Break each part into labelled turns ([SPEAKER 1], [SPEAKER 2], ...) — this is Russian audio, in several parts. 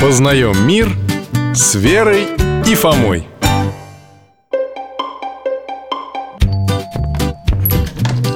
[SPEAKER 1] Познаем мир с Верой и Фомой.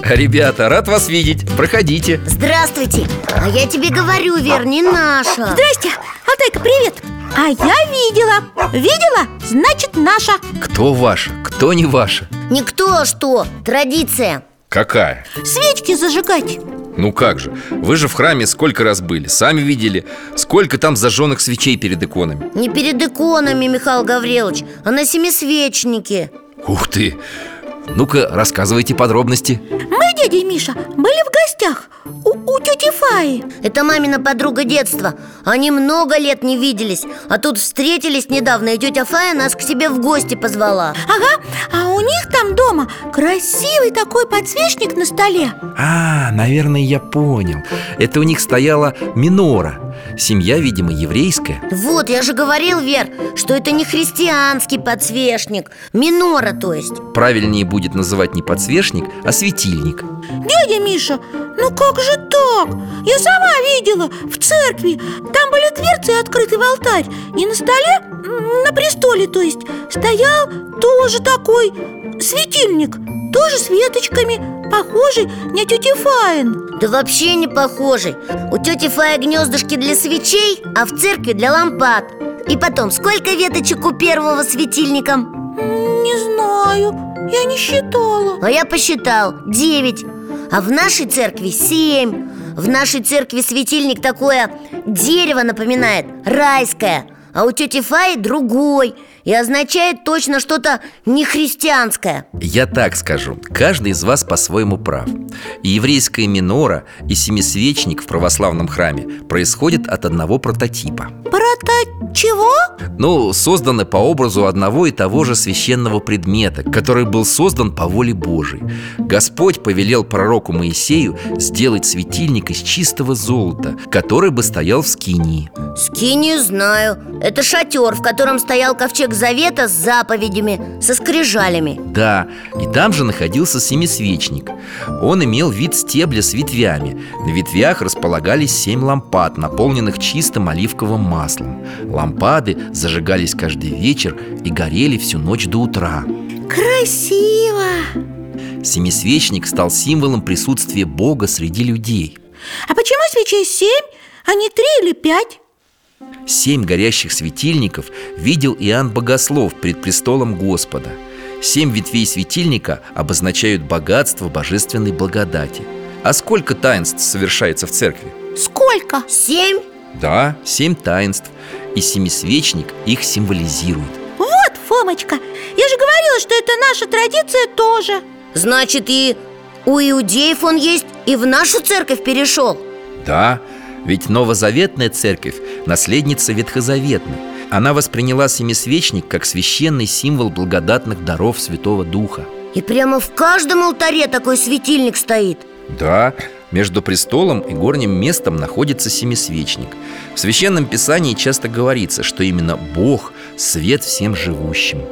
[SPEAKER 2] Ребята, рад вас видеть. Проходите.
[SPEAKER 3] Здравствуйте! А я тебе говорю, Вер, не наша
[SPEAKER 4] Здрасте, Алтайка, привет А я видела Видела? Значит, наша
[SPEAKER 2] Кто ваш, кто не ваш?
[SPEAKER 3] Никто а что, традиция
[SPEAKER 2] Какая?
[SPEAKER 4] Свечки зажигать
[SPEAKER 2] Ну как же? Вы же в храме сколько раз были, сами видели, сколько там зажженных свечей перед иконами.
[SPEAKER 3] Не перед иконами, Михаил Гаврилович, а на семисвечнике
[SPEAKER 2] Ух ты! Ну-ка, рассказывайте подробности.
[SPEAKER 4] Мы, дядя Миша, были в гостях У, у тети Фаи
[SPEAKER 3] Это мамина подруга детства Они много лет не виделись А тут встретились недавно И тетя Фая нас к себе в гости позвала
[SPEAKER 4] Ага, а у них там дома Красивый такой подсвечник на столе
[SPEAKER 2] А, наверное, я понял. Это у них стояла минора. Семья, видимо, еврейская.
[SPEAKER 3] Вот, я же говорил, Вер, что это не христианский подсвечник Минора, то есть
[SPEAKER 2] Правильнее будет называть не подсвечник, а светильник.
[SPEAKER 4] Дядя Миша, ну как же так? Я сама видела в церкви Там были дверцы и открытый алтарь И на столе, м, на престоле, то есть Стоял тоже такой светильник Тоже с веточками Похожий на тети Фаин
[SPEAKER 3] Да вообще не похожий У тети Фая гнездышки для свечей, а в церкви для лампад И потом, сколько веточек у первого светильника?
[SPEAKER 4] М, Не знаю, я не считала
[SPEAKER 3] А я посчитал, 9 А в нашей церкви 7 В нашей церкви светильник такое дерево напоминает, райское А у тети Фаи другой И означает точно что-то нехристианское
[SPEAKER 2] Я так скажу, каждый из вас по-своему прав И еврейская минора, и семисвечник в православном храме происходят от одного прототипа
[SPEAKER 4] Про-то чего?
[SPEAKER 2] Ну, созданы по образу одного и того же священного предмета, который был создан по воле Божией Господь повелел пророку Моисею сделать светильник из чистого золота, который бы стоял в скинии
[SPEAKER 3] Ски не знаю Это шатер, в котором стоял ковчег завета с заповедями, со скрижалями
[SPEAKER 2] Да, и там же находился семисвечник Он имел вид стебля с ветвями На ветвях располагались семь лампад, наполненных чистым оливковым маслом Лампады зажигались каждый вечер и горели всю ночь до утра
[SPEAKER 4] Красиво!
[SPEAKER 2] Семисвечник стал символом присутствия Бога среди людей
[SPEAKER 4] А почему свечей семь, а не три или пять?
[SPEAKER 2] Семь горящих светильников видел Иоанн Богослов пред престолом Господа Семь ветвей светильника обозначают богатство божественной благодати А сколько таинств совершается в церкви?
[SPEAKER 4] Сколько?
[SPEAKER 3] Семь?
[SPEAKER 2] Да, семь таинств И семисвечник их символизирует
[SPEAKER 4] Вот, Фомочка, я же говорила, что это наша традиция тоже
[SPEAKER 3] Значит, и у иудеев он есть, и в нашу церковь перешел
[SPEAKER 2] Да, ведь новозаветная церковь – наследница ветхозаветной Она восприняла семисвечник как священный символ благодатных даров Святого Духа
[SPEAKER 3] И прямо в каждом алтаре такой светильник стоит
[SPEAKER 2] Да, между престолом и горним местом находится семисвечник В Священном Писании часто говорится, что именно Бог – свет всем живущим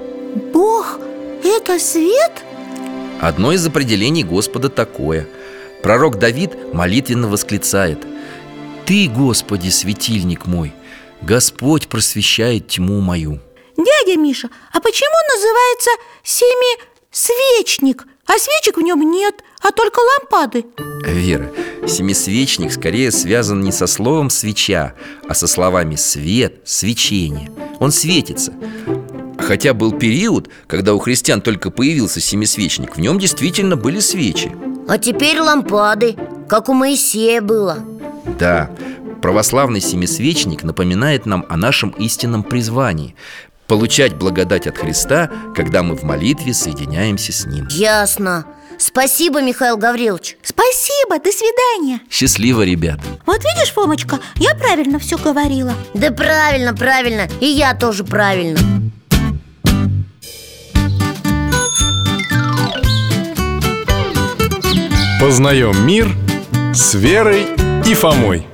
[SPEAKER 4] Бог, это свет?
[SPEAKER 2] Одно из определений Господа такое. Пророк Давид молитвенно восклицает «Ты, Господи, светильник мой, Господь просвещает тьму мою».
[SPEAKER 4] Дядя Миша, а почему называется семисвечник? А свечек в нем нет, а только лампады
[SPEAKER 2] Вера, семисвечник скорее связан не со словом «свеча», а со словами «свет», «свечение». Он светится. Хотя был период, когда у христиан только появился семисвечник, в нем действительно были свечи.
[SPEAKER 3] А теперь лампады, как у Моисея было
[SPEAKER 2] Да, православный семисвечник напоминает нам о нашем истинном призвании – получать благодать от Христа, когда мы в молитве соединяемся с Ним.
[SPEAKER 3] Ясно Спасибо, Михаил Гаврилович
[SPEAKER 4] Спасибо, до свидания
[SPEAKER 2] Счастливо, ребят!
[SPEAKER 4] Вот видишь, Фомочка, я правильно все говорила
[SPEAKER 3] Да правильно, правильно, и я тоже правильно
[SPEAKER 1] Познаем мир с Верой и Фомой.